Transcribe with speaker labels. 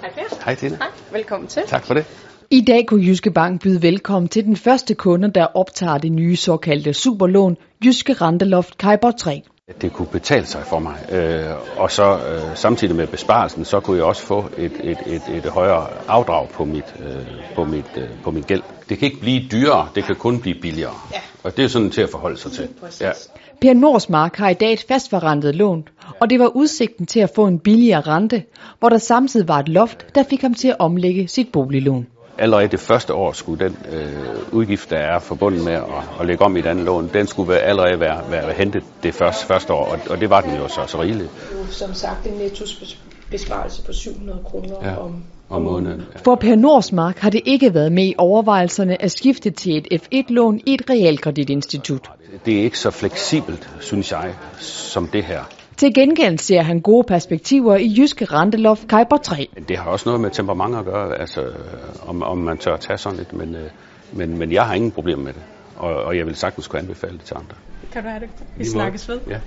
Speaker 1: Hej Per.
Speaker 2: Hej Tina.
Speaker 1: Hej, velkommen til.
Speaker 2: Tak for det.
Speaker 3: I dag kunne Jyske Bank byde velkommen til den første kunde, der optager det nye såkaldte superlån, Jyske Renteloft Kajber 3.
Speaker 2: At det kunne betale sig for mig. Øh, og så øh, samtidig med besparelsen, så kunne jeg også få et, et, et, et højere afdrag på mit, øh, på, mit, øh, på mit gæld. Det kan ikke blive dyrere, det kan kun blive billigere.
Speaker 1: Ja.
Speaker 2: Og det er sådan til at forholde sig til. Ja.
Speaker 3: Per Norsmark har i dag et fastforrentet lån, og det var udsigten til at få en billigere rente, hvor der samtidig var et loft, der fik ham til at omlægge sit boliglån.
Speaker 2: Allerede det første år skulle den øh, udgift, der er forbundet med at, at lægge om i et andet lån, den skulle være, allerede være, være hentet det første, første år, og, og det var den jo så, så rigeligt
Speaker 4: jo som sagt en nettobesparelse på 700 kroner
Speaker 2: Ja.
Speaker 4: ja. om
Speaker 2: om måneden. Ja.
Speaker 3: For Per Norsmark har det ikke været med i overvejelserne at skifte til et F1-lån i et realkreditinstitut.
Speaker 2: Det er ikke så fleksibelt, synes jeg, som det her.
Speaker 3: Til gengæld ser han gode perspektiver i Jyske Renteloft Kajber 3.
Speaker 2: Men Det har også noget med temperament at gøre, altså øh, om, om man tør at tage sådan lidt, men, øh, men, men jeg har ingen problemer med det, og, og jeg vil sagtens kunne anbefale det til andre.
Speaker 1: Kan du have det? Vi
Speaker 2: Lige måde.
Speaker 1: snakkes ved.
Speaker 2: Ja.